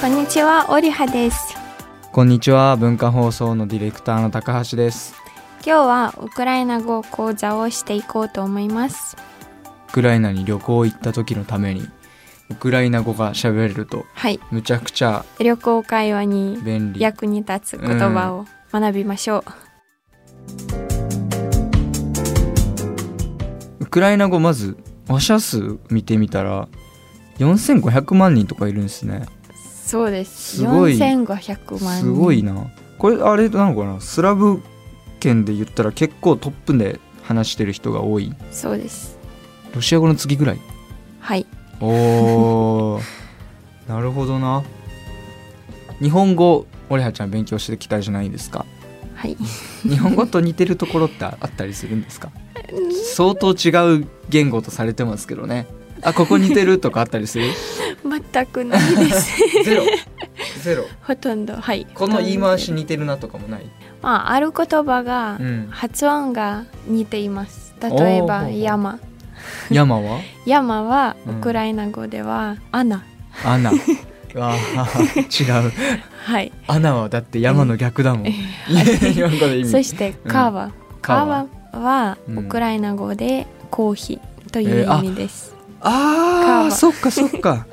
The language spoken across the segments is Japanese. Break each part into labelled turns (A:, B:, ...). A: こんにちは、オリハです。
B: こんにちは文化放送のディレクターの高橋です
A: 今日はウクライナ語講座をしていこうと思います。
B: ウクライナに旅行行った時のためにウクライナ語が喋れると
A: はい、
B: むちゃくちゃ
A: 旅行会話に
B: 便利
A: 役に立つ言葉を学びましょう。
B: ウクライナ語まず話者数見てみたら4500万人とかいるんですね
A: そうです。
B: すごい
A: 4500万人。
B: すごいなこれあれなのかなスラブ圏で言ったら結構トップで話してる人が多い
A: そうです。
B: ロシア語の次ぐ らい
A: はい、
B: おーなるほどな日本語俺はちゃん勉強してきたじゃないですか
A: はい。
B: 日本語と似てるところってあったりするんですか相当違う言語とされてますけどねあここ似てるとかあったり する
A: 全くない です。
B: ゼロゼロ
A: ほとんど、はい。
B: この言い回し
A: に。
B: 似てるなとかもない、
A: まあ、ある言葉が
B: うん、
A: 発音が似ています。例えば
B: おー
A: 山。
B: 山は
A: 山は
B: う
A: ウ
B: ん
A: クライナ語ではアナ。
B: アナあー違う
A: はい。
B: アナはだって山の逆だもん日本語で意
A: そ
B: 味
A: して
B: うん
A: 川、
B: 川
A: 川は
B: うん
A: ウクライナ語でコーヒーという意味です。
B: あ
A: 川
B: あそっかそっか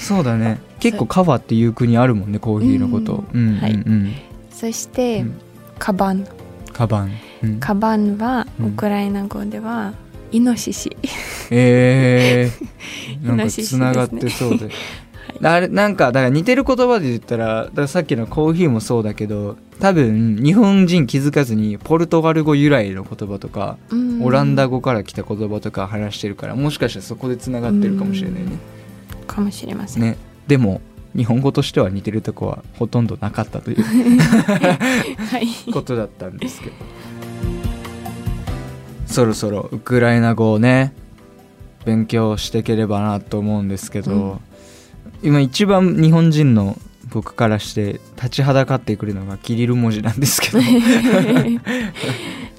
B: そうだね結構カバっていう国あるもんねコーヒーのことうんうんうん、
A: はいそして、
B: うん
A: カバン。
B: カバン、うん
A: カバンは
B: うん
A: ウクライナ語ではイノシシ。
B: え ー、なん
A: イノ
B: か
A: シシ
B: つながってそ うで。あれなんかだから似てる言葉で言ったらだからさっきのコーヒーもそうだけど多分日本人気づかずにポルトガル語由来の言葉とか
A: うん
B: オランダ語から来た言葉とか話してるからもしかしたらそこでつながってるかもしれないね。
A: かもしれません。
B: ねでも日本語としては似てるとこはほとんどなかったという
A: はい。
B: ことだったんですけどそろそろウクライナ語をね勉強していければなと思うんですけど、
A: うん
B: 今一番日本人の僕からして立ちはだかってくるのがキリル文字なんですけ ど、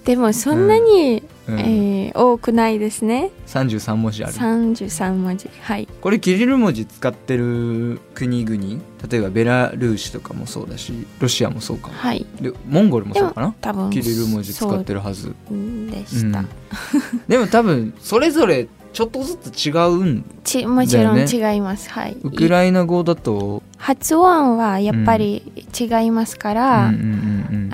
A: でもそんなに、
B: うん
A: えー多くないですね。
B: 33文字ある
A: 33文字。はい。
B: これキリル文字使ってる国々例えばベラルーシとかもそうだしロシアもそうか
A: はい。
B: でモンゴルもそうかな
A: 多分
B: キリル文字使って
A: る。
B: るはず
A: そうでした。
B: うんでも多分それぞれちょっとずつ違うん
A: ちもちろん違います。はい。
B: ウクライナ語だと、
A: 発音はやっぱり違いますか
B: うん
A: ら、
B: うんうんう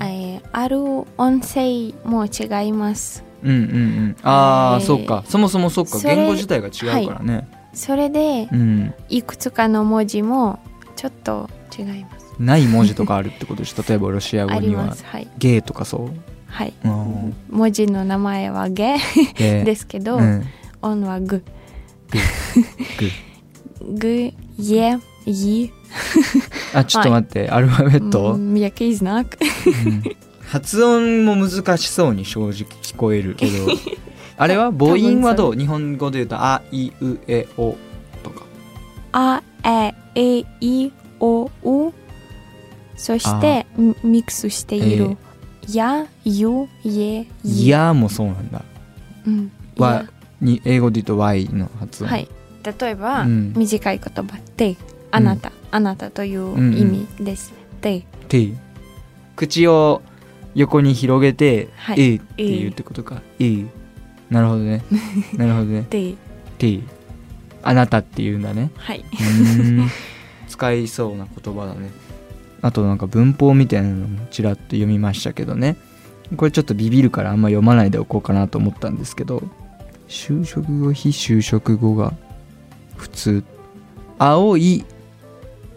B: ん、
A: えーある音声も違います
B: うんうんうん、ああ、
A: えー
B: そうか、そもそもそうか、
A: それ
B: 言語自体が違うからね。
A: それで
B: うん、
A: いくつかの文字もちょっと違います
B: ない文字とかあるってことで しょ、例えばロシア語
A: あり
B: に
A: ま
B: は
A: すはい
B: ゲーとかそう。
A: はい
B: あー
A: 文字の名前はゲ
B: ゲー
A: ですけど、
B: うん、
A: 音はグ
B: グ
A: グイエイ
B: あ、ちょっと待って、アルファベット、
A: м, який знак
B: うん発音も難しそうに正直聞こえる けど。あれは母音はどう、日本語で言うと、あいうえおとか。
A: あええいおうそしてミミックスしている、やゆえ
B: い
A: い、
B: やもそうなんだ。
A: うん、
B: は、に英語で言うと Y の発音。
A: はい、例えば、
B: うん
A: 短い言葉で「あなた」あなた」という意味です。で
B: 手口を横に広げて「
A: はい
B: えい」っていうってことか「えい」なるほど ねなるほどね
A: で
B: 「手あなた」っていうんだね
A: はい、
B: うーん使いそうな言葉だねあとなんか文法みたいなのもちらっと読みましたけどねこれちょっとビビるからあんま読まないでおこうかなと思ったんですけど就職後非就職後が普通青い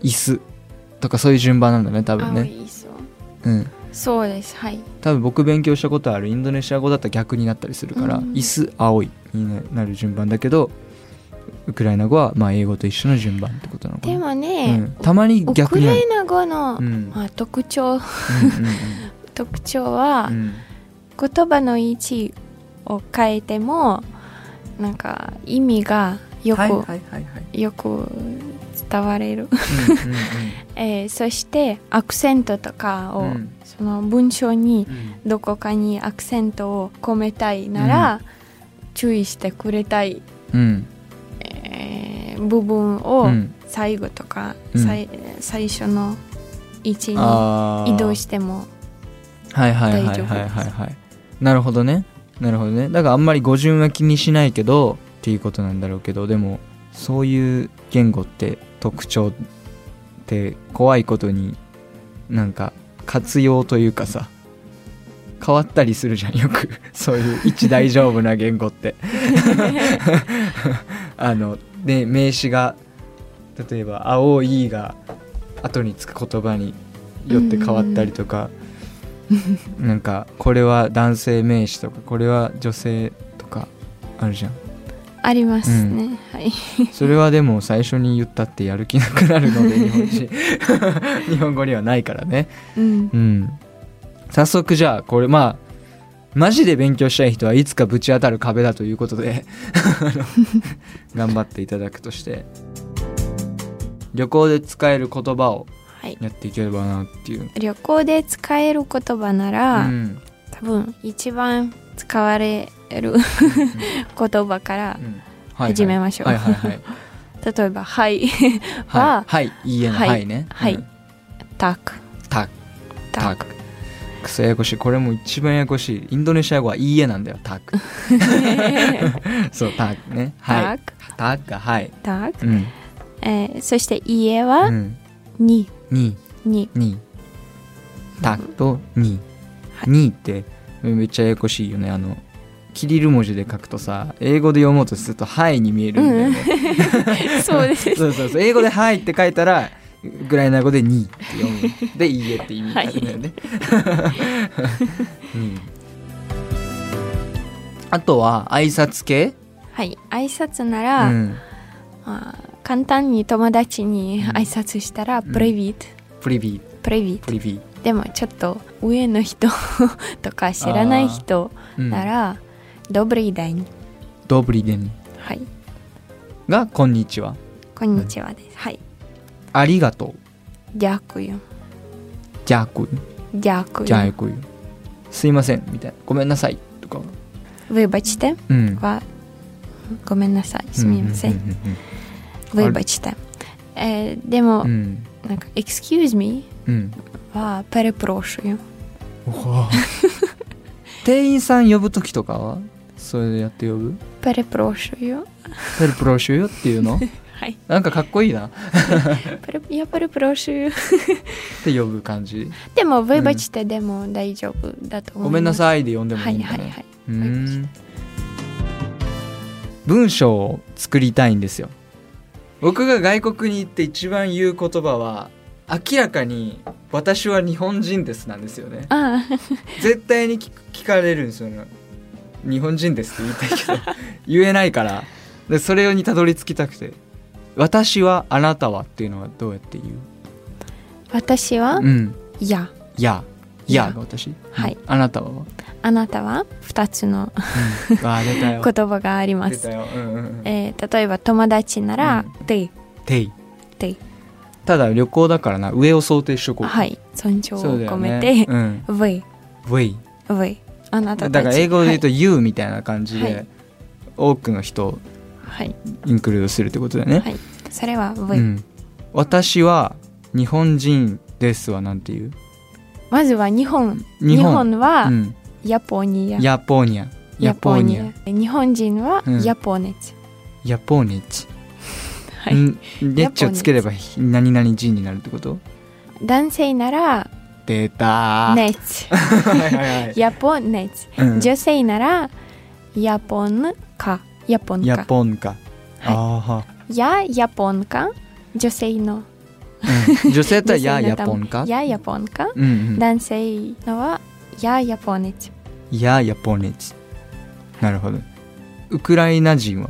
B: 椅子とかそういう順番なんだね多分
A: 青
B: ね
A: いそう
B: うん
A: そうですはい
B: 多分僕勉強したことあるインドネシア語だったら逆になったりするから、
A: うん
B: 椅子青いになる順番だけどウクライナ語はまあ英語と一緒の順番ってことなのかな
A: でも
B: う
A: ね
B: ん、たまに
A: ウ
B: 逆
A: ク
B: にな
A: ラ
B: る
A: イナ語の、
B: うんうん
A: まあ、特徴特徴は、
B: うんうん
A: 言葉の位置を変えてもなんか意味がよく、
B: はいはいはいはい
A: よく伝われる、
B: うんうん
A: えーそしてアクセントとかを、
B: うん
A: その文章に
B: うん
A: どこかにアクセントを込めたいなら、注意してくれたい、
B: うん
A: えー部分を
B: うん
A: 最後とか、
B: うん
A: 最最初の位置に
B: あー
A: 移動しても
B: はいはいはいはいはいはいなるほどねなるほどねだからあんまり語順は気にしないけどっていうことなんだろうけどでもそういう言語って特徴って怖いことになんか活用というかさ変わったりするじゃんよく そういう一大丈夫な言語って あので名詞が例えば「青い」が後につく言葉によって変わったりとか、なんかこれは男性名詞とかこれは女性とかあるじゃん
A: ありますね、はい
B: それはでも最初に言ったってやる気なくなるので日本人 日本語にはないからね
A: うん
B: うん早速じゃあこれまあマジで勉強したい人はいつかぶち当たる壁だということで あの頑張っていただくとして旅行で使える言葉を
A: はい
B: やっていければなっていう、
A: 旅行で使える言葉な
B: う
A: ら、
B: ん
A: 多分一番使われる言葉から
B: うん
A: 始めましょう
B: はいは いはい
A: 例えば「はい」
B: は、
A: はい
B: はい、いいえの
A: は
B: はいいね。
A: 「はい
B: うん」
A: 「タク」
B: たく、
A: 「
B: た
A: タ
B: く
A: ク。
B: くそややこしい。これも一番ややこしい。インドネシア語はいいえなんだよ、た く。そう、たくね。」はい。
A: タク
B: たくがはい。
A: 「タク
B: うん。」
A: えーそして「家」
B: う
A: は
B: ん
A: 「に
B: に、」
A: 「に
B: に。たくとに。にってめっちゃややこしいよね。あの、キリル文字で書くとさ、英語で読もうとすると、はいに見えるんだよね。」
A: そうです
B: そうそうそう英語で「はい」って書いたらウクライナ語で「に」って読むで「いいえ」って意味になるんだよ ね。うんあとは挨拶系、
A: はい挨拶な
B: う
A: ら、
B: ん、
A: まあ簡単に友達に挨拶したら「
B: ん
A: プレビート」
B: プリビー
A: プレビー
B: プ
A: ト
B: リビ
A: でもちょっと上の人 とか知らない人
B: ー、うん、
A: なら「ドブリダイン」
B: ドブリデン
A: はい
B: が「こんにちは」
A: 「こんにちは」です、はい
B: 「ありがとう」
A: 「ギャクユ」
B: 「じゃあくい」
A: 「ギャク
B: 「
A: ユ
B: じゃあくい」「すいません」みたいな「ごめんなさい」とか、
A: 「ウェバチテ
B: うん」、
A: は「ごめんなさい」「すみません」
B: うう
A: ウェバチテえーでも、
B: うんうん
A: なんか「excuse me
B: うん」
A: は「ペレプロシュユ」
B: 店員さん呼ぶ時とかはそれでやって呼ぶ
A: 「ペレプロシュユ」
B: ヘルプロシュよってい うの
A: はい
B: なんかかっこいいなっ
A: 「ペレいやペレプロシュユ」
B: て呼ぶ感じ
A: でも、ウェバチテでも大丈夫だと思
B: ご
A: います。
B: めんなさいで呼んでも
A: はい
B: い
A: い
B: んだ
A: はい
B: ね
A: はい。
B: うーん文章を作りたいんですよ僕が外国に行って一番言う言葉は明らかに「私は日本人です」なんですよね
A: あ
B: 絶対に聞く聞かれるんですよね日本人ですって言いた いけど言えないからでそれにたどり着きたくて「私はあなたは」っていうのはどうやって言う
A: あ、私は、
B: うん
A: いや、
B: いや、い
A: いや
B: やが私。
A: はい
B: あな たは。うん
A: あなたは二つの
B: わあ、出たよ。
A: 言葉がありま
B: 出
A: す
B: た。よ。うんうんうん。
A: えー例えば、友達なら、
B: う
A: で、
B: てい。
A: で、
B: ただ旅行だからな、上を想定しとこう。
A: はい、尊重を
B: そうだよ
A: 込め
B: ね
A: て。、
B: うん。
A: ウェイ、
B: way。
A: ウェイ、あなた
B: だ
A: た
B: か
A: ち。
B: ら英語で言うと
A: は
B: you みたいな感じ
A: は
B: で、多くの人を
A: い、はい、
B: インクルードするってことだよね。
A: はいそれはウ
B: う
A: ェイ。
B: ん。私は日本人ですはなんて言う
A: まずは日本、
B: 日
A: 日
B: 本。
A: 本は、
B: うん。
A: ヤポニア。
B: ヤポーニア。ヤポーニア。
A: ア。日本人は、
B: うん
A: ヤポネツ。
B: ヤポーニッチ。
A: は
B: う
A: い。
B: んネッチをつければ何々人になるってこと
A: 男性なら、
B: 出たー。
A: ネ ツ。
B: はいはい はい
A: ヤポネツ。
B: うん
A: 女性なら、ヤポンカ。ヤポン
B: ヤ
A: カ。
B: ポンカ。あ
A: や、ヤポンカ。女性の。
B: あ、うん女性とはや
A: 女性
B: ヤ
A: の単
B: ポ
A: 語
B: ンカ。
A: や、ヤポンカ。
B: うんうん
A: 男性のは、や、ヤポネツ。
B: やヤポネチ。なるほど。ウクライナ人は。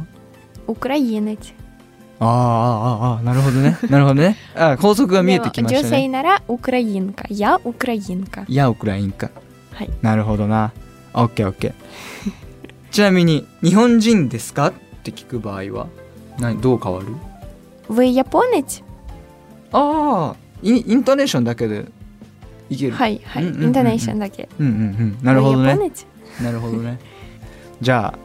A: ウクライネツ。
B: ああああああなるほどね。なるほどね。ああ法則が見えてきまし
A: で
B: た
A: も女性
B: ね。
A: なら、ウクラインカ。や、ウクラインカ。
B: やウクラインカ。
A: はい。
B: なるほどな。オッケーオッケー。 ちなみに日本人ですかって聞く場合は何どう変わる？
A: ウェイヤポネツ。
B: ああインイントネーションだけでいける。
A: はい、はい。イ
B: うんうんうんうん
A: ンターネーションだけ。
B: うんうんうん。なるほど
A: ウェイ
B: ね
A: ヤポ。ネツ。
B: なるほどね。じゃあ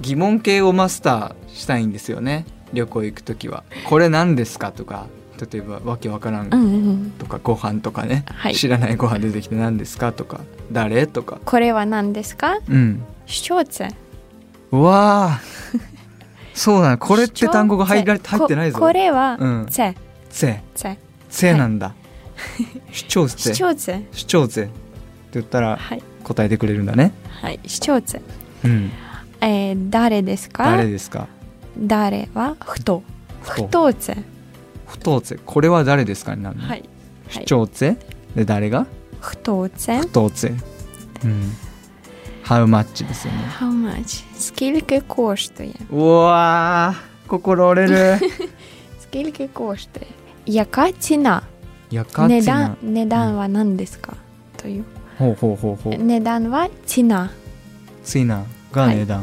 B: 疑問形をマスターしたいんですよね。旅行行く時は「これ何ですか?」とか例えばわけわから
A: うんんうんうん
B: とかご飯とかね、
A: はい
B: 知らないご飯出てきて何ですかとか誰とか
A: これは何ですか
B: うん
A: ショーツ
B: うわあそ うなのこれって単語が入ら
A: ショーツ
B: 入ってないぞ
A: ここれは
B: うん
A: ツェ
B: せ
A: ツェ
B: せなんだ主張
A: シ
B: せ
A: ョーツ
B: 主張せって言ったら
A: はい
B: 答えてくれるんだね
A: はいショーツ
B: うん
A: えー誰ですか
B: 誰ですか
A: 誰は人
B: 人
A: 人ツェ
B: 不当せこれは誰ですかになるの、
A: はい
B: 主張せで誰が
A: 人ツェ
B: 不当せうんハウマッチですよね
A: How much? Скільки коштує?
B: うわー心折れ る
A: Скільки коштує? Яка ціна?
B: やか
A: 値
B: つな
A: 段値段は何ですか、という
B: ほうほうほうほう
A: 値段はチナ
B: ついなが値段、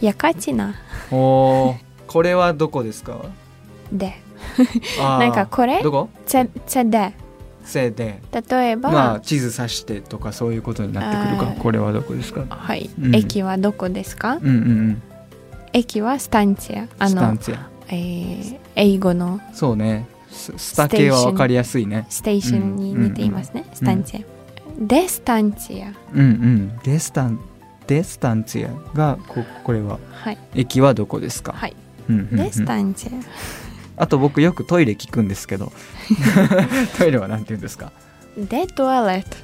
A: やかチナ
B: おおこれはどこですか
A: で
B: あー
A: なんかこれ
B: どこ
A: チェで
B: せで
A: 例えば、
B: まあ地図指してとかそういうことになってくる
A: あ
B: か
A: ー
B: これはどこですか
A: はい、
B: うん
A: 駅はどこですか
B: うんうんうん
A: 駅はスタンチアあ
B: スタ
A: の
B: ン、ツや
A: えー英語の
B: そうねススタ系は分かりやすいね
A: ステーションに似ていますね、スタンチアでスタンチア
B: うんうんデスタンデスタンツやがここれは
A: はい
B: 駅はどこですか、
A: はい
B: うんうんうん
A: でスタンチ
B: あと僕よくトイレ聞くんで すけどトイレはなんて言うんですか
A: アでトイレット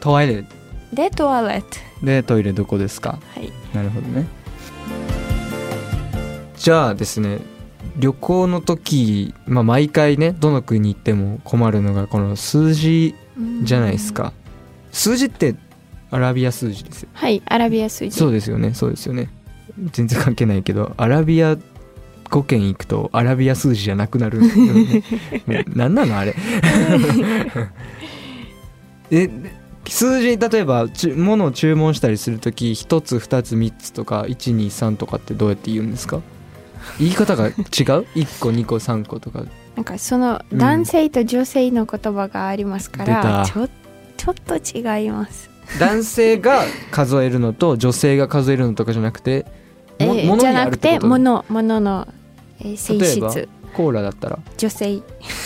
B: トイレ
A: でトイレット
B: でトイレどこですか
A: はい
B: なるほどねじゃあですね旅行の時、まあ、毎回ねどの国に行っても困るのがこの数字じゃないですか数字ってアラビア数字ですよ
A: はいアラビア数字
B: そうですよねそうですよね全然関係ないけどアラビア5軒行くとアラビア数字じゃなくなる、 ね、もう何なのあれえ数字例えばち物を注文したりする時1つ2つ3つとか123とかってどうやって言うんですか言い方が違う ?1 個2個3個とか
A: なんかその男性と女性の言葉がありますから、
B: うん出
A: ちょちょっと違います。
B: 男性が数えるのと女性が数えるのとかじゃなくても
A: えー
B: 物
A: じゃ
B: にあ
A: な
B: る
A: く
B: って
A: て
B: こと
A: 物物の、えー性
B: 例えば
A: 質
B: コーラだったら
A: 女性
B: コ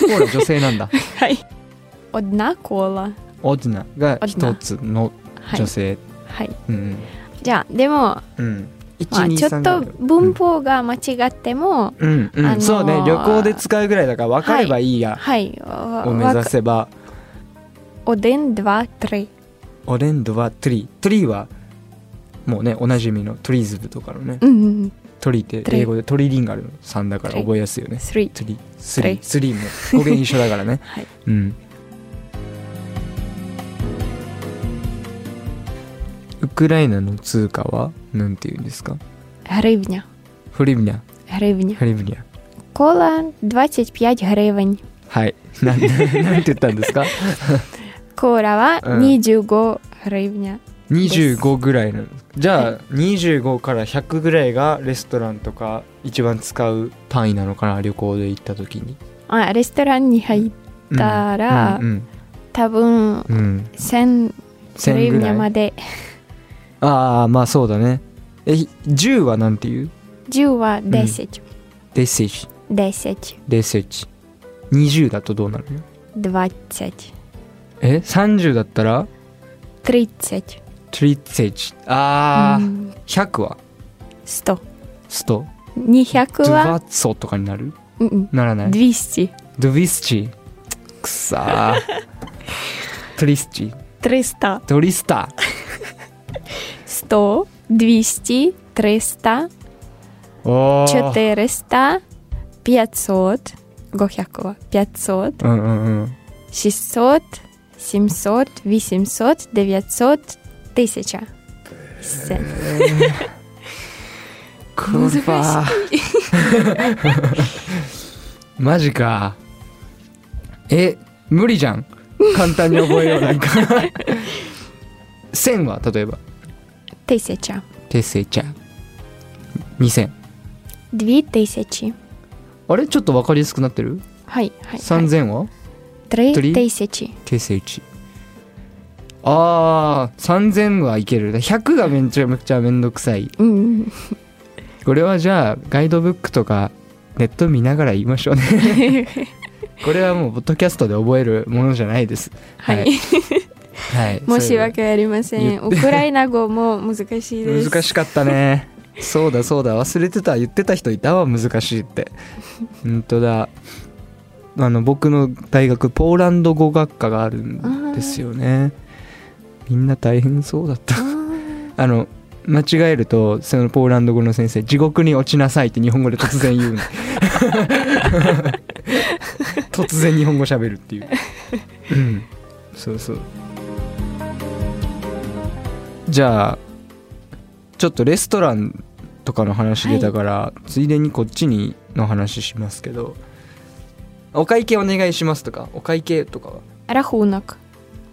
B: ーラ女性なんだ
A: はい。одна кола
B: オジナが一つの
A: はい
B: 女性、
A: はい。
B: うん
A: じゃあでも
B: うん
A: まあ
B: 123
A: ちょっ
B: があ
A: と
B: る
A: 文法が間違っても、
B: うんうん
A: あのー
B: そうね旅行で使うぐらいだから分かればいいや、
A: はい。わ
B: を目
A: わ
B: 指
A: か
B: せば
A: один два три
B: オレンドはトゥリートゥリーはもうねおなじみのトゥリーズブとかのね、
A: うんうんうん
B: トゥリーって
A: トゥリー
B: 英語でトリリンガルの3だから
A: トゥリー
B: 覚えやすいよね
A: three
B: トゥリースリー
A: ト
B: スリーも語源一緒だか らね、
A: はい
B: うんウクライナの通貨はなんて言うんですか
A: гривня
B: フリブニャ
A: гривня
B: フリブニャ
A: кола 25 гривень
B: はい。 なんなんて言ったんですか
A: кола は
B: うん
A: 25 гривня
B: ?25 ぐらいなの。じゃあ、25から100ぐらいがレストランとか一番使う単位なのかな旅行で行った時に。
A: あレストランに入っ
B: うん
A: だから
B: うん
A: 多分
B: うんうん。
A: 1000
B: 千
A: レ
B: ぐ
A: ミ
B: ら
A: ア
B: い
A: まで
B: ああ、まあそうだね。え、10はなんて言う
A: 10は10、
B: デッセージ。
A: 10、
B: デッセージ。20だとどうなるの
A: 20、
B: え ?30 だったら
A: 30、
B: トリッセージ。ああ、
A: うん
B: 100は
A: 100、
B: スト。ドゥ
A: 200は
B: バッツォとかになる
A: うんうん
B: ならない
A: 200、
B: ドゥビスチくさートリスチ
A: 300、
B: ドリスタ
A: 100、200、300、
B: おー
A: 400、500、500は500、
B: うんうんうん
A: 600、700、800、900、1000。1000
B: クー バーマジかえ無理じゃん簡単に覚えようなんか1000は例え
A: 1000、
B: ばテセチャ2000
A: 2000。
B: あれちょっと分かりやすくなってる
A: はいはい、はい。
B: 3000は
A: 3千。
B: テセチあー3000はいける100がめちゃめちゃめんどくさい
A: うんうん。
B: これはじゃあガイドブックとかネット見ながら言いましょうね これはもうポッドキャストで覚えるものじゃないです
A: はい、
B: はい
A: 申し訳ありませ
B: 言
A: ん
B: って
A: ウクライナ語も難しい
B: そうい
A: で
B: う
A: す
B: 難しかったねそうだそうだ忘れてた言ってた人いたわ難しいって本当だあの僕の大学ポーランド語学科があるんですよねみんな大変そうだった
A: あー
B: あの間違えるとそのポーランド語の先生「地獄に落ちなさい」って日本語で突然言 うの突然日本語喋るっていううんそうそうじゃあちょっとレストランとかの話出たから、ついでにこっちにの話しますけど「お会計お願いします」とか「お会計」とかはっ
A: рахунок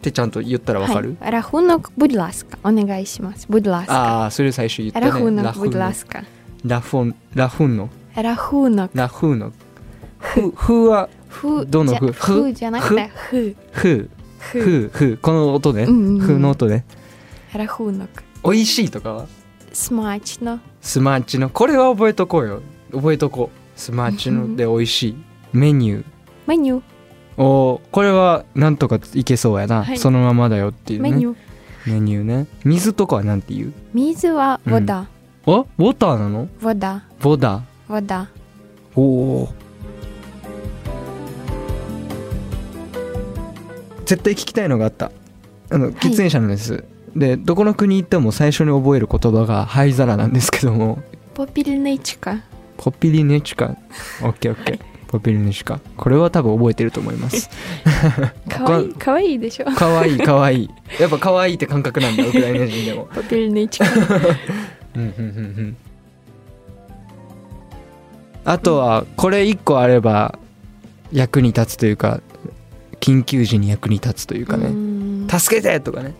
B: てちゃんと言ったらわかる、
A: はい、рахунок будь ласка お願いします будь ласка
B: ああそれ最初言ったね
A: рахунок
B: フン
A: будь
B: の
A: ласка
B: ラフォンラフンの
A: рахунок
B: ラフーのふふは
A: ふ
B: どの
A: じゃ
B: ふ
A: ふじゃなくてふ
B: ふ
A: ふ
B: ふふこの音ね
A: うんうんうん
B: ふの音ね
A: рахунок
B: 美味しいとかは
A: смачно
B: スマーチのこれは覚えとこうよ覚えとこうスマーチので美味しいメニュー
A: メニュー
B: おーこれはなんとかいけそうやな、
A: はい
B: そのままだよっていうね
A: メニュー
B: メニューね水とかはなんて言う
A: 水は
B: うん
A: вода
B: あウォターなの
A: вода
B: ボダ
A: вода
B: おおー絶対聞きたいのがあったあの喫煙者なんです、でどこの国行っても最初に覚える言葉が灰皿なんですけども
A: попільничка
B: ポピリネチカオッケーオッケーポピリネチカこれは多分覚えてると思います
A: かわいいかわいいでしょ
B: かわいいかわいいやっぱかわいいって感覚なんだウクライナ人でも
A: попільничка
B: うんうんうんうんあとはこれ一個あれば役に立つというか緊急時に役に立つというかね、
A: ね
B: 助けてとかね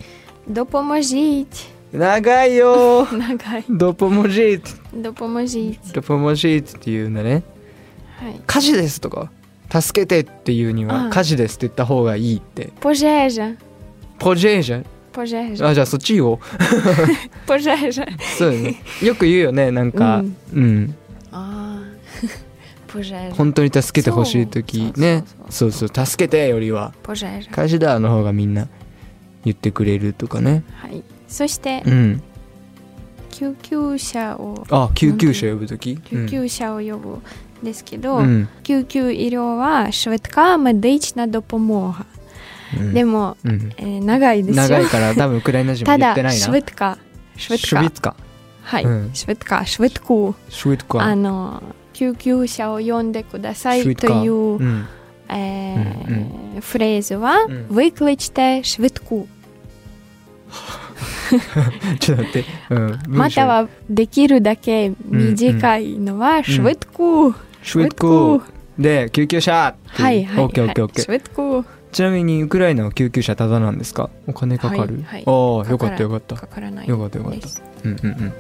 A: допоможіть
B: 長いよー
A: 長い
B: ドポモジー
A: допоможіть
B: ドポモジーっていうんだね
A: はい
B: 火事ですとか助けてっていうに
A: あ
B: は
A: あ
B: 火事ですって言った方がいいって
A: ポジェージャ
B: ポジェージャ
A: ポジェージャ
B: あじゃあそっちを
A: ポジェージャ
B: そう よねよく言うよねなんか
A: う
B: うんん、
A: あーポジェージャ
B: 本当に助けてほしい時
A: そう
B: ねそうそう助けてよりは
A: ポジェージャ
B: 火事だの方がみんな言ってくれるとかね
A: はいそして
B: うん
A: 救急車を
B: あ救急車呼ぶ時
A: 救急車を呼ぶんですけど、
B: うん
A: 救急医療はшвидка медична допомога、
B: うん
A: でも、
B: うん
A: えー長いです
B: 長い
A: よ
B: から多分ウクライナ人も
A: た
B: 言
A: だ
B: ってないな
A: швидка
B: シュビ
A: швидка
B: ツカ
A: はい、
B: うん
A: швидка シュヴィッカ
B: シュビツカ
A: あの救急車を呼んでくださいという、
B: うん
A: えー
B: う
A: フレーズは、
B: うん
A: викличте швидку
B: ちょっと待って、うん、
A: またはできるだけ短いのは、швидку
B: シュビツコで救急車って
A: はいはい、
B: オッケーオッケーオッケー
A: швидку
B: ちなみにウクライナは救急車タダなんですかお金かかる、
A: はいはい
B: ああ
A: か
B: よか
A: か
B: っ
A: ら
B: たよかった
A: かからない
B: よかったよかっ
A: です
B: たうんうんうん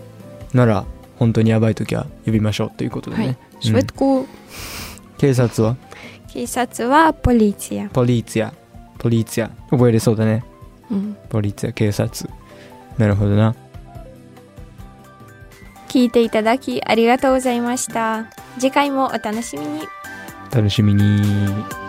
B: なら本当にやばい時は呼びましょうということで
A: は
B: ね、
A: い
B: うん
A: швидку
B: 警察は
A: 警察はポリツィア、
B: ポリーツィアポリーツィア覚えれそうだね
A: うん、
B: ポリーツィア警察なるほどな
A: 聞いていただきありがとうございました次回もお楽しみに
B: 楽しみに